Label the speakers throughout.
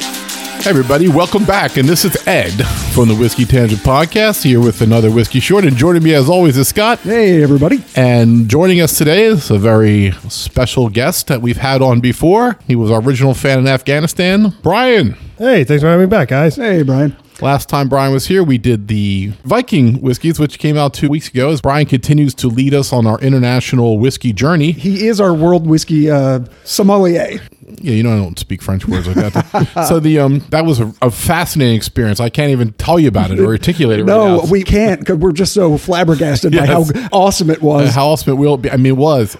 Speaker 1: Hey everybody, welcome back, and this is Ed from the Whiskey Tangent Podcast here with another Whiskey Short. And joining me, as always, is Scott.
Speaker 2: Hey, everybody.
Speaker 1: And joining us today is a very special guest that we've had on before. He was our original fan in Afghanistan, Brian.
Speaker 3: Hey, thanks for having me back, guys.
Speaker 2: Hey, Brian.
Speaker 1: Last time Brian was here, we did the Viking whiskeys, which came out two weeks ago. As Brian continues to lead us on our international whiskey journey,
Speaker 2: He is our world whiskey uh, sommelier.
Speaker 1: Yeah, you know I don't speak French words like that. so the um that was a, a fascinating experience. I can't even tell you about it or articulate it.
Speaker 2: No,
Speaker 1: right now.
Speaker 2: we can't because we're just so flabbergasted by
Speaker 1: Yes.
Speaker 2: how awesome it
Speaker 1: Uh,
Speaker 2: was.
Speaker 1: how else it will it be? I mean, it was.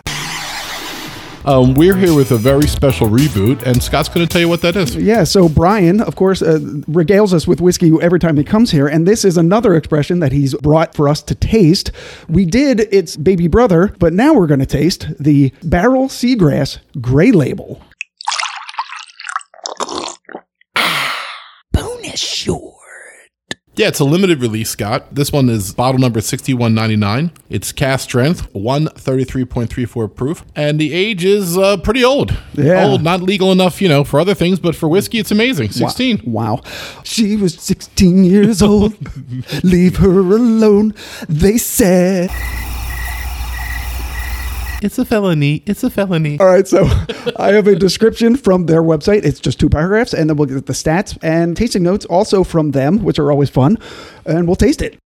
Speaker 1: Um, we're here with a very special reboot, and Scott's going to tell you what that is.
Speaker 2: yeah, so Brian, of course, uh, regales us with whiskey every time he comes here, and this is another expression that he's brought for us to taste. We did its baby brother, but now we're going to taste the Barrel Seagrass Gray Label.
Speaker 1: Yeah, it's a limited release, Scott. This one is bottle number 6199. It's cast strength, 133.34 proof, and the age is uh, pretty old.
Speaker 2: Yeah.
Speaker 1: Old, not legal enough, you know, for other things, but for whiskey, it's amazing. 16.
Speaker 2: Wow. She was 16 years old. Leave her alone, they said.
Speaker 1: It's a felony. It's a felony.
Speaker 2: All right, so I have a description from their website. It's just two paragraphs, and then we'll get the stats and tasting notes also from them, which are always fun, and we'll taste it.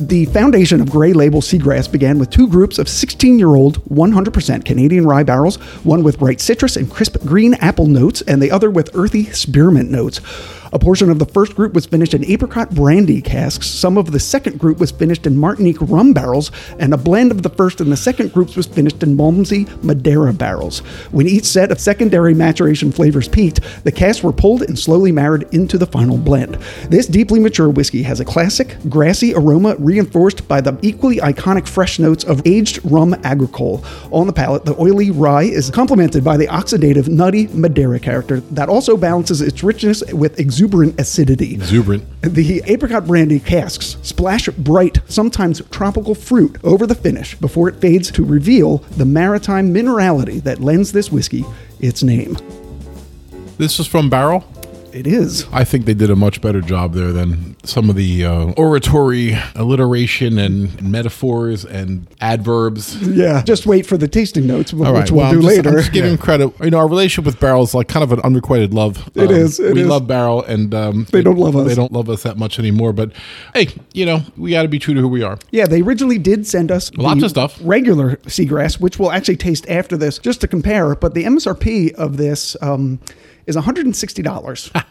Speaker 2: The foundation of Grey Label Seagrass began with two groups of 16 year old, 100% Canadian rye barrels, one with bright citrus and crisp green apple notes, and the other with earthy spearmint notes. A portion of the first group was finished in apricot brandy casks, some of the second group was finished in Martinique rum barrels, and a blend of the first and the second groups was finished in Malmsey Madeira barrels. When each set of secondary maturation flavors peaked, the casks were pulled and slowly married into the final blend. This deeply mature whiskey has a classic, grassy aroma reinforced by the equally iconic fresh notes of aged rum agricole. On the palate, the oily rye is complemented by the oxidative, nutty Madeira character that also balances its richness with exuberant acidity.
Speaker 1: Exuberant.
Speaker 2: The apricot brandy casks splash bright, sometimes tropical fruit over the finish before it fades to reveal the maritime minerality that lends this whiskey its name.
Speaker 1: This is from Barrel.
Speaker 2: It is.
Speaker 1: I think they did a much better job there than some of the uh, oratory, alliteration, and metaphors and adverbs.
Speaker 2: Yeah. Just wait for the tasting notes, which
Speaker 1: All right,
Speaker 2: we'll,
Speaker 1: well,
Speaker 2: do
Speaker 1: I'm just-
Speaker 2: later.
Speaker 1: I'm just giving credit. You know, our relationship with Barrel is like kind of an unrequited love. It
Speaker 2: It
Speaker 1: is.
Speaker 2: is, it
Speaker 1: we
Speaker 2: is.
Speaker 1: love Barrel, and um,
Speaker 2: They don't love us.
Speaker 1: They don't love us that much anymore. But hey, you know, we got to be true to who we are.
Speaker 2: Yeah, they originally did send us
Speaker 1: Lots
Speaker 2: the
Speaker 1: of stuff.
Speaker 2: regular seagrass, which we'll actually taste after this just to compare. But the MSRP of this um, is $160,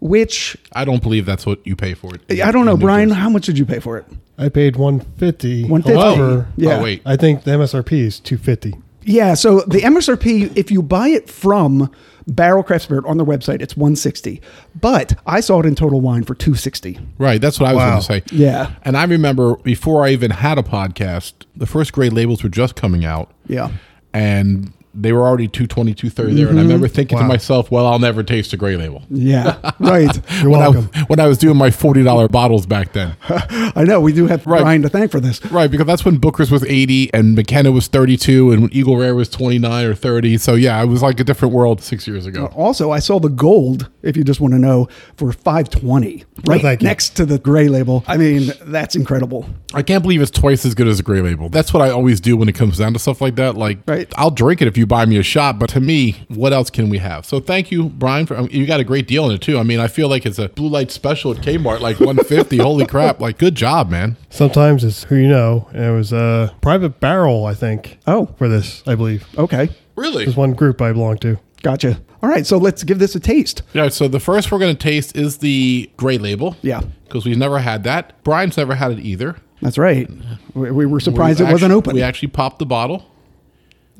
Speaker 2: which
Speaker 1: I don't believe that's what you pay for it.
Speaker 2: I don't know,
Speaker 1: In New
Speaker 2: Brian,
Speaker 1: Jersey.
Speaker 2: how much did you pay for it?
Speaker 3: I paid 150.
Speaker 2: 150.
Speaker 3: However,
Speaker 2: Yeah.
Speaker 1: Oh wait,
Speaker 3: I think the MSRP is 250.
Speaker 2: Yeah, so the MSRP, if you buy it from Barrel Craft Spirit on their website, it's 160 But I saw it in Total Wine for 260
Speaker 1: Right, that's what I was
Speaker 3: Wow.
Speaker 1: going to say.
Speaker 2: Yeah.
Speaker 1: and I remember before I even had a podcast, the first grade labels were just coming out.
Speaker 2: Yeah.
Speaker 1: and they were already 220, 230 there,
Speaker 2: Mm-hmm.
Speaker 1: and I remember thinking to myself, "Well, I'll never taste a gray label."
Speaker 2: Yeah, right.
Speaker 1: when I, when I was doing my forty dollar bottles back then,
Speaker 2: I know, we do have Brian to thank for this.
Speaker 1: right? Because that's when Booker's was eighty and McKenna was thirty two and Eagle Rare was twenty nine or thirty. So yeah, it was like a different world six years ago.
Speaker 2: Also, I saw the gold, if you just want to know, for 520 right
Speaker 3: thank you.
Speaker 2: next to the gray label. I mean, that's incredible.
Speaker 1: I can't believe it's twice as good as a gray label. That's what I always do when it comes down to stuff like that. Like,
Speaker 2: Right.
Speaker 1: I'll drink it if you buy me a shot, but to me, what else can we have? So thank you, Brian. For, um, you got a great deal in it too. I mean, I feel like it's a blue light special at Kmart, like one fifty. Holy crap! Like, good job, man.
Speaker 3: Sometimes it's who you know. And it was a private barrel, I think.
Speaker 2: Oh.
Speaker 3: For this, I believe.
Speaker 2: Okay,
Speaker 1: Really.
Speaker 3: There's one group I belong to.
Speaker 2: gotcha. All right, so let's give this a taste.
Speaker 1: Yeah, so the first we're going to taste is the gray label.
Speaker 2: Yeah.
Speaker 1: Because we've never had that. Brian's never had it either.
Speaker 2: That's right. We, we were surprised
Speaker 1: We've
Speaker 2: it wasn't
Speaker 1: actu-
Speaker 2: open.
Speaker 1: We actually popped the bottle.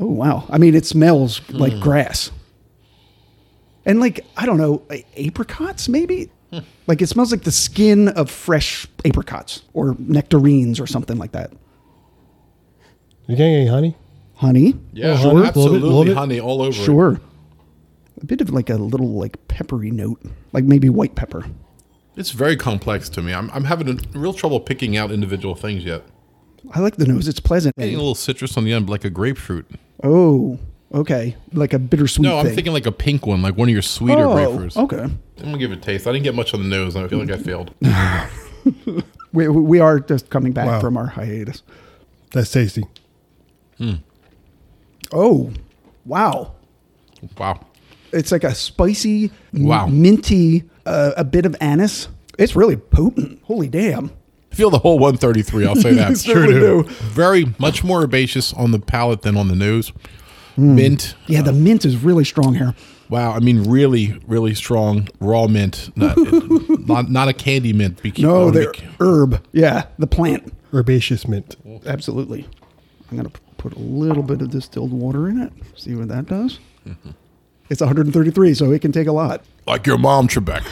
Speaker 2: Oh wow! I mean, it smells
Speaker 1: Hmm.
Speaker 2: like grass, and like I don't know, a- apricots maybe.
Speaker 1: Hmm.
Speaker 2: like it smells like the skin of fresh apricots or nectarines or something like that.
Speaker 3: You getting any honey?
Speaker 2: Honey,
Speaker 1: Yeah,
Speaker 3: Sure. Little bit,
Speaker 1: absolutely
Speaker 3: little bit.
Speaker 1: honey all over it.
Speaker 2: sure. A bit of like a little like peppery note, like maybe white pepper.
Speaker 1: It's very complex to me. I'm, I'm having a real trouble picking out individual things yet.
Speaker 2: I like the nose; it's pleasant.
Speaker 1: Getting a little citrus on the end, like a grapefruit.
Speaker 2: Oh, Okay, like a bittersweet.
Speaker 1: No, I'm
Speaker 2: thing.
Speaker 1: thinking like a pink one, like one of your sweeter grapefruits.
Speaker 2: Oh, okay.
Speaker 1: I'm gonna give it a taste. I didn't get much on the nose. and I feel like I failed.
Speaker 2: We, we we are just coming back
Speaker 3: Wow.
Speaker 2: from our hiatus.
Speaker 3: That's tasty.
Speaker 2: Oh, wow!
Speaker 1: Wow.
Speaker 2: It's like a spicy, m-
Speaker 1: Wow.
Speaker 2: minty, uh, a bit of anise. It's really potent. Holy damn!
Speaker 1: Feel the whole 133. I'll say that.
Speaker 2: Sure Certainly do. do.
Speaker 1: Very much more herbaceous on the palate than on the nose.
Speaker 2: Hmm.
Speaker 1: Mint.
Speaker 2: Yeah, the mint is really strong here.
Speaker 1: Wow. I mean, really, really strong raw mint. Not, not, not a candy mint. Be-
Speaker 2: No,
Speaker 1: or
Speaker 2: the
Speaker 1: be-
Speaker 2: herb. Yeah, the plant.
Speaker 3: Herbaceous mint.
Speaker 2: Absolutely. I'm gonna p- put a little bit of distilled water in it. See what that does.
Speaker 1: Mm-hmm.
Speaker 2: It's 133, so it can take a lot.
Speaker 1: like your mom, Trebek.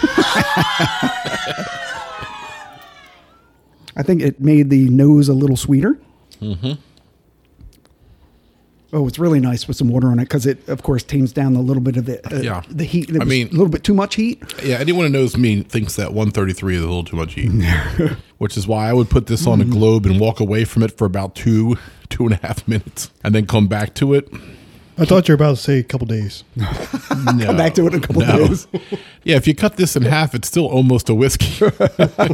Speaker 2: I think it made the nose a little sweeter. Mm-hmm. Oh, it's really nice with some water on it because it, of course, tames down a little bit of the uh,
Speaker 1: Yeah.
Speaker 2: the heat. It
Speaker 1: I
Speaker 2: was
Speaker 1: mean-
Speaker 2: a little bit too much heat.
Speaker 1: yeah, anyone who knows me thinks that 133 is a little too much heat, which is why I would put this on a
Speaker 2: Mm-hmm.
Speaker 1: globe and walk away from it for about two, two and a half minutes, and then come back to it.
Speaker 3: I thought you were about to say a couple days.
Speaker 1: No.
Speaker 2: Back to it in a couple
Speaker 1: No.
Speaker 2: days.
Speaker 1: Yeah, if you cut this in half, it's still almost a whiskey.
Speaker 2: right.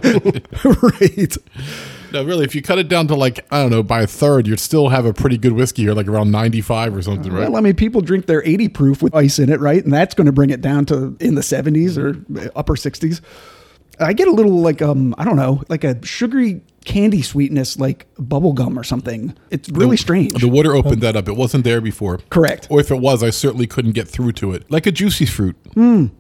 Speaker 1: no, really, if you cut it down to like, I don't know, by a third, you'd still have a pretty good whiskey here, like around 95 or something, right?
Speaker 2: Well, I mean, people drink their 80 proof with ice in it, right? And that's going to bring it down to in the 70s or uh, upper 60s. I get a little like um I don't know, like a sugary candy sweetness like bubble gum or something. It's really strange.
Speaker 1: The water opened that up. It wasn't there before.
Speaker 2: Um, Correct.
Speaker 1: Or if it was, I certainly couldn't get through to it. Like a juicy fruit.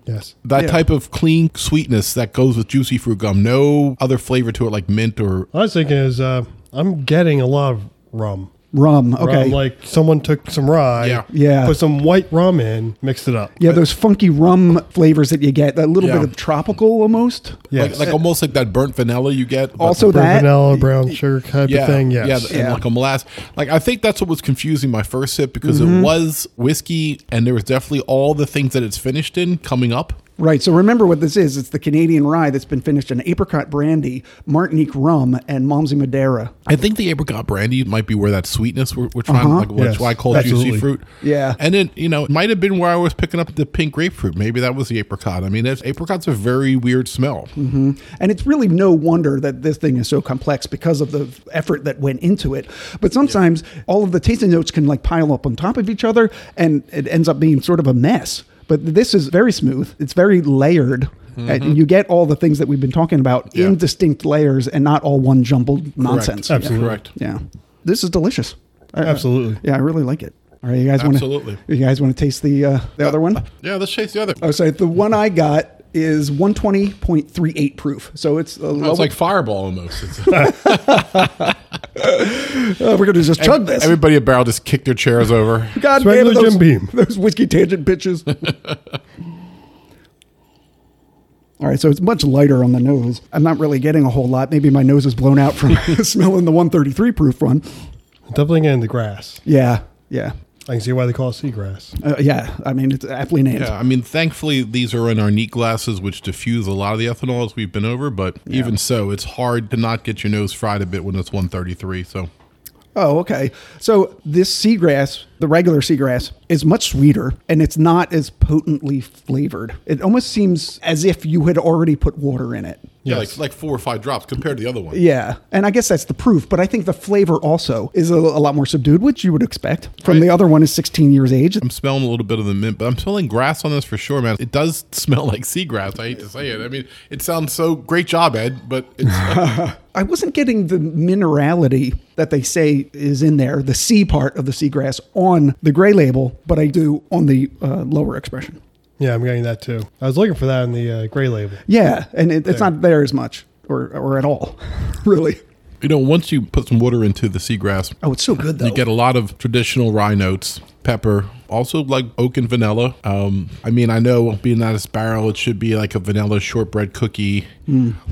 Speaker 3: Yes.
Speaker 1: That
Speaker 2: Yeah.
Speaker 1: type of clean sweetness that goes with juicy fruit gum. No other flavor to it like mint or.
Speaker 3: I was thinking is uh, I'm getting a lot of rum.
Speaker 2: Rum,
Speaker 3: Rum,
Speaker 2: okay.
Speaker 3: like someone took some rye,
Speaker 1: Yeah.
Speaker 2: Yeah.
Speaker 3: put some white rum in, mixed it up.
Speaker 2: yeah, those funky rum flavors that you get, that little
Speaker 1: Yeah.
Speaker 2: bit of tropical almost.
Speaker 3: Yes.
Speaker 1: Like, like almost like that burnt vanilla you get. but-
Speaker 2: Also
Speaker 3: Burnt
Speaker 2: that
Speaker 3: vanilla, brown sugar type of thing. Yes.
Speaker 1: Yeah, and
Speaker 2: Yeah.
Speaker 1: like a molasses. Like I think that's what was confusing my first sip because
Speaker 3: Mm-hmm.
Speaker 1: it was whiskey and there was definitely all the things that it's finished in coming up.
Speaker 2: Right. So remember what this is. It's the Canadian rye that's been finished in apricot brandy, Martinique rum, and Malmsey Madeira.
Speaker 1: I think the apricot brandy might be where that sweetness we're, we're trying, like
Speaker 3: Uh-huh. Yes,
Speaker 1: that's why I call it juicy
Speaker 3: absolutely.
Speaker 1: fruit.
Speaker 2: Yeah.
Speaker 1: and then you know it might have been where I was picking up the pink grapefruit. Maybe that was the apricot. I mean, it's, apricot's a very weird smell.
Speaker 2: Mm-hmm. And it's really no wonder that this thing is so complex because of the effort that went into it. But sometimes all of the tasting notes can like pile up on top of each other and it ends up being sort of a mess. But this is very smooth. It's very layered. And you get all the things that we've been talking about
Speaker 1: Yeah.
Speaker 2: in distinct layers and not all one jumbled nonsense. Yeah.
Speaker 3: Absolutely.
Speaker 1: Correct.
Speaker 2: Yeah. This is delicious. I-
Speaker 3: Absolutely.
Speaker 2: Yeah, I really like it. All right, you guys want
Speaker 1: Absolutely.
Speaker 2: You guys want to taste the uh, the other one?
Speaker 1: Yeah, let's chase the other.
Speaker 2: Oh, sorry. The one I got is 120.38 proof. So it's a
Speaker 1: it's
Speaker 2: level-
Speaker 1: like fireball almost. It's-
Speaker 2: Uh, we're going to just chug this.
Speaker 1: Everybody at Barrel just kicked their chairs over.
Speaker 2: God
Speaker 3: It's regular
Speaker 2: damn it, those,
Speaker 3: Jim Beam.
Speaker 2: those whiskey tangent bitches. All right, so it's much lighter on the nose. I'm not really getting a whole lot. Maybe my nose is blown out from smelling the 133 proof one.
Speaker 3: Definitely getting the grass.
Speaker 2: Yeah, yeah,
Speaker 3: I can see why they call it seagrass.
Speaker 2: uh, yeah. I mean, it's aptly named.
Speaker 1: Yeah, I mean, thankfully these are in our neat glasses, which diffuse a lot of the ethanol as we've been over. But even so, it's hard to not get your nose fried a bit when it's 133. So
Speaker 2: Oh, okay. So this seagrass, the regular seagrass, is much sweeter and it's not as potently flavored. It almost seems as if you had already put water in it.
Speaker 1: yeah,
Speaker 3: Yes.
Speaker 1: like, like four or five drops compared to the other one.
Speaker 2: Yeah, and I guess that's the proof. But I think the flavor also is a, a lot more subdued, which you would expect from the other one. Is 16 years age.
Speaker 1: I'm smelling a little bit of the mint, but I'm smelling grass on this for sure, man. It does smell like seagrass. I hate to say it. I mean, it sounds so great job, Ed, but it's,
Speaker 2: I wasn't getting the minerality that they say is in there, the C part of the seagrass on the gray label, but I do on the uh, lower expression.
Speaker 3: Yeah, I'm getting that too. I was looking for that in the uh, gray label.
Speaker 2: Yeah, and it, it's not there as much or or at all, really.
Speaker 1: you know, once you put some water into the seagrass,
Speaker 2: Oh, it's so good though.
Speaker 1: You get a lot of traditional rye notes, pepper, also like oak and vanilla. Um, I mean, I know being that it's barrel, it should be like a vanilla shortbread cookie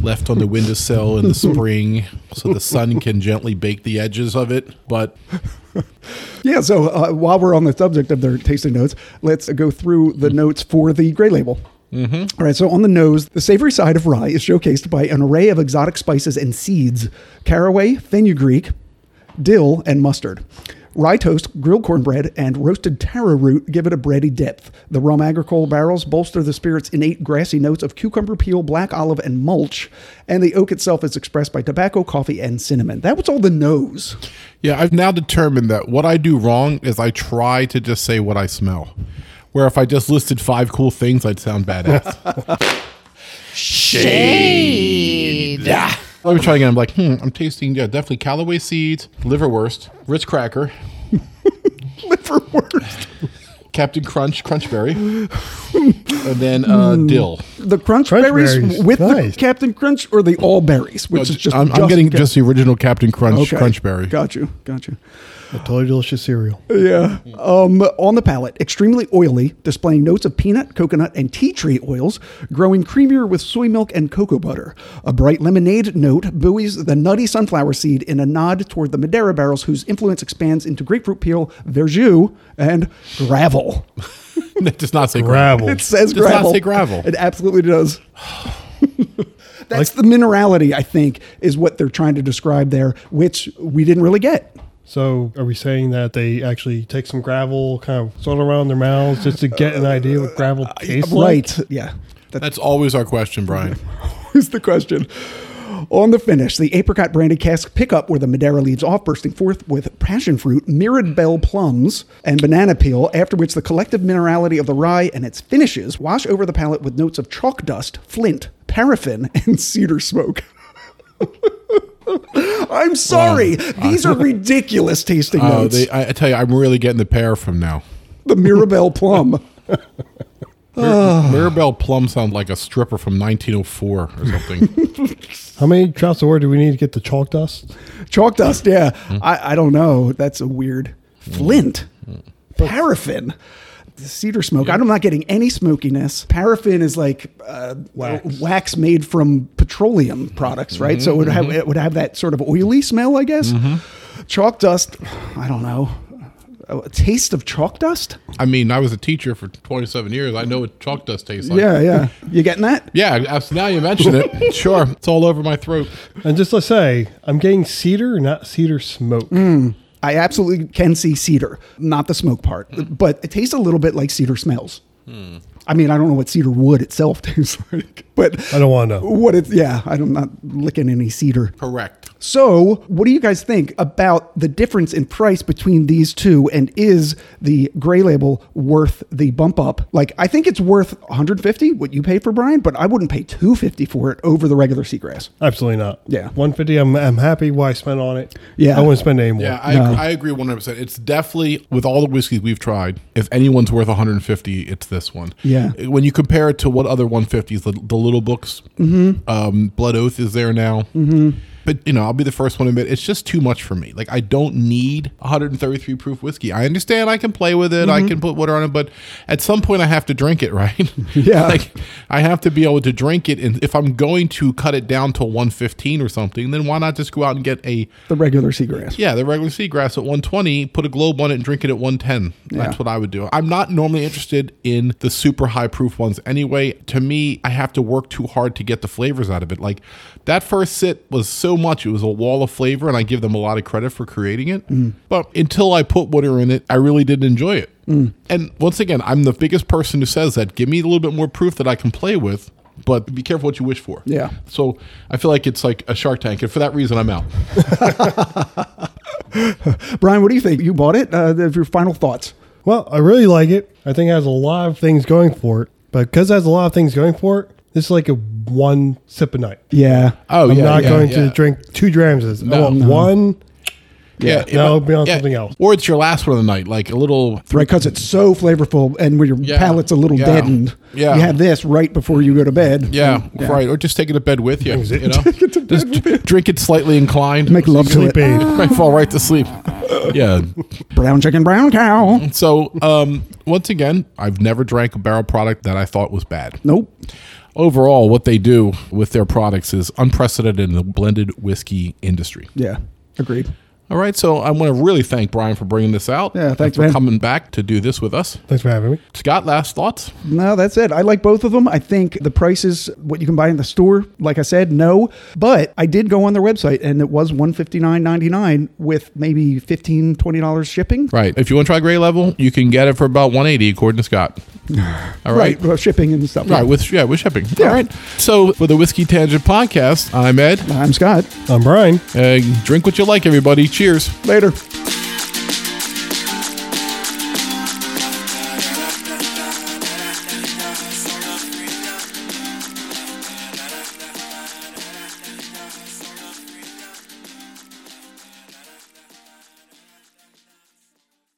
Speaker 1: left on the windowsill in the spring so the sun can gently bake the edges of it. But
Speaker 2: yeah. So uh, while we're on the subject of their tasting notes, let's go through the notes for the gray label. All right, so on the nose, the savory side of rye is showcased by an array of exotic spices and seeds caraway, fenugreek, dill, and mustard. Rye toast, grilled cornbread, and roasted taro root give it a bready depth. The rum agricole barrels bolster the spirit's innate grassy notes of cucumber peel, black olive, and mulch. And the oak itself is expressed by tobacco, coffee, and cinnamon. That was all the nose.
Speaker 1: Yeah, I've now determined that what I do wrong is I try to just say what I smell. Where if I just listed five cool things, I'd sound badass.
Speaker 4: Shade.
Speaker 1: Let me try again. I'm like, hmm, I'm tasting, yeah, definitely Callaway seeds, liverwurst, Ritz cracker,
Speaker 2: Liverwurst.
Speaker 1: Captain Crunch, Crunchberry, and then uh,
Speaker 2: Hmm.
Speaker 1: dill.
Speaker 2: The crunch,
Speaker 3: Crunch
Speaker 2: berries,
Speaker 3: berries.
Speaker 2: with
Speaker 3: Nice.
Speaker 2: the Captain Crunch or the all berries, which is just.
Speaker 1: I'm, I'm getting
Speaker 2: Cap-
Speaker 1: just the original Captain Crunch,
Speaker 2: Okay.
Speaker 1: Crunchberry.
Speaker 2: Got you. Got you.
Speaker 3: A totally delicious cereal.
Speaker 2: Yeah. Um, on the palate, extremely oily, displaying notes of peanut, coconut, and tea tree oils, growing creamier with soy milk and cocoa butter. A bright lemonade note buoys the nutty sunflower seed in a nod toward the Madeira barrels, whose influence expands into grapefruit peel, verjus, and gravel.
Speaker 1: it does not say gravel.
Speaker 3: Gravel.
Speaker 2: It says
Speaker 1: It does not
Speaker 2: gravel.
Speaker 1: say gravel.
Speaker 2: It absolutely does. That's the minerality, I think, is what they're trying to describe there, which we didn't really get.
Speaker 3: So, are we saying that they actually take some gravel, kind of sort it around their mouths just to get an idea what gravel tastes like?
Speaker 2: Right. Yeah. That-
Speaker 1: That's always our question, Brian.
Speaker 2: is the question. On the finish, the apricot brandy cask pickup where the Madeira leaves off, bursting forth with passion fruit, mirrored bell plums, and banana peel, after which the collective minerality of the rye and its finishes wash over the palate with notes of chalk dust, flint, paraffin, and cedar smoke. I'm sorry. These are ridiculous tasting
Speaker 1: Oh,
Speaker 2: notes.
Speaker 1: they, I, I tell you, I'm really getting the pear from now.
Speaker 2: the Mirabelle plum.
Speaker 1: Mir- Mirabelle Plum sounds like a stripper from 1904 or something.
Speaker 3: How many drops of water do we need to get the chalk dust?
Speaker 2: Chalk dust, yeah. I, I don't know. That's a weird flint. Paraffin. The cedar smoke. I'm not getting any smokiness. Paraffin is like uh, wax. made from petroleum products, right? So it would, have, it would have that sort of oily smell, I guess. Chalk dust, I don't know. A taste of chalk dust?
Speaker 1: I mean, I was a teacher for 27 years. I know what chalk dust tastes like.
Speaker 2: yeah, yeah. You getting that?
Speaker 1: Yeah, abs- now you mention it. sure. It's all over my throat.
Speaker 3: And just let's say, I'm getting cedar, not cedar smoke.
Speaker 2: I absolutely can see cedar, not the smoke part, but it tastes a little bit like cedar smells. I mean, I don't know what cedar wood itself tastes like, but
Speaker 3: I don't want to know.
Speaker 2: what it, yeah, I'm not licking any cedar.
Speaker 1: Correct.
Speaker 2: So, what do you guys think about the difference in price between these two? And is the gray label worth the bump up? Like, I think it's worth 150 what you paid for Brian, but I wouldn't pay 250 for it over the regular seagrass.
Speaker 3: Absolutely not.
Speaker 2: Yeah.
Speaker 3: 150, I'm, I'm happy what I spent on it.
Speaker 2: Yeah.
Speaker 3: I wouldn't spend any more.
Speaker 1: Yeah, I, I agree 100%. It's definitely, with all the whiskeys we've tried, if anyone's worth 150, it's this one.
Speaker 2: Yeah.
Speaker 1: When you compare it to what other 150s, the, the little books, um, Blood Oath is there now. Mm-hmm. But, you know, I'll be the first one to admit, it's just too much for me. Like, I don't need 133 proof whiskey. I understand I can play with it, I can put water on it, but at some point I have to drink it, right?
Speaker 2: Yeah.
Speaker 1: like, I have to be able to drink it. And if I'm going to cut it down to 115 or something, then why not just go out and get a
Speaker 2: The regular seagrass.
Speaker 1: yeah, the regular seagrass at 120, put a globe on it and drink it at 110. That's what I would do. I'm not normally interested in the super high proof ones anyway. To me, I have to work too hard to get the flavors out of it. Like that first sit was so much, it was a wall of flavor, and I give them a lot of credit for creating it.
Speaker 3: Mm.
Speaker 1: But until I put water in it, I really didn't enjoy it.
Speaker 3: Mm.
Speaker 1: And once again, I'm the biggest person who says that. Give me a little bit more proof that I can play with. But be careful what you wish for.
Speaker 2: Yeah.
Speaker 1: So I feel like it's like a Shark Tank, and for that reason, I'm out.
Speaker 2: Brian, what do you think? You bought it? Uh, your final thoughts?
Speaker 3: Well, I really like it. I think it has a lot of things going for it. But because it has a lot of things going for it, this is like a one sip a night.
Speaker 2: Yeah.
Speaker 1: Oh,
Speaker 3: I'm
Speaker 1: yeah,
Speaker 3: not
Speaker 1: yeah,
Speaker 3: going
Speaker 1: yeah.
Speaker 3: to drink two grams of this. I
Speaker 1: No.
Speaker 3: want one.
Speaker 1: Yeah,
Speaker 3: Yeah, now be on something else.
Speaker 1: Or it's your last one of the night, like a little.
Speaker 2: Right, because it's so flavorful, and when your
Speaker 1: Yeah.
Speaker 2: palate's a little
Speaker 1: Yeah.
Speaker 2: deadened,
Speaker 1: Yeah.
Speaker 2: you have this right before you go to bed.
Speaker 1: Yeah, right. Or just take it to bed with you.
Speaker 3: Brings it-
Speaker 1: you know? just dr- drink it slightly inclined.
Speaker 2: Make love to
Speaker 3: Sleep
Speaker 2: it.
Speaker 3: aid.
Speaker 1: Might fall right to sleep. Yeah.
Speaker 2: Brown chicken, brown
Speaker 1: Mm-hmm.
Speaker 2: cow.
Speaker 1: So, um, once again, I've never drank a barrel product that I thought was bad.
Speaker 2: Nope.
Speaker 1: Overall, what they do with their products is unprecedented in the blended whiskey industry.
Speaker 2: Yeah. Agreed.
Speaker 1: All right, so I want to really thank Brian for bringing this out.
Speaker 2: Yeah,
Speaker 1: and
Speaker 2: thanks,
Speaker 1: for
Speaker 2: man.
Speaker 1: coming back to do this with us.
Speaker 3: Thanks for having me.
Speaker 1: Scott, last thoughts?
Speaker 2: No, that's it. I like both of them. I think the prices, what you can buy in the store, like I said, no. But I did go on their website and it was one fifty nine ninety nine with maybe $15, $20 shipping.
Speaker 1: Right. If you want to try gray level, you can get it for about 180 according to Scott. All right.
Speaker 2: Right, well, shipping and stuff.
Speaker 1: Right, with yeah, with shipping.
Speaker 2: Yeah.
Speaker 1: All right. So for the Whiskey Tangent Podcast, I'm Ed.
Speaker 2: I'm Scott.
Speaker 3: I'm Brian.
Speaker 1: Uh, drink what you like, everybody. Cheers.
Speaker 2: Later.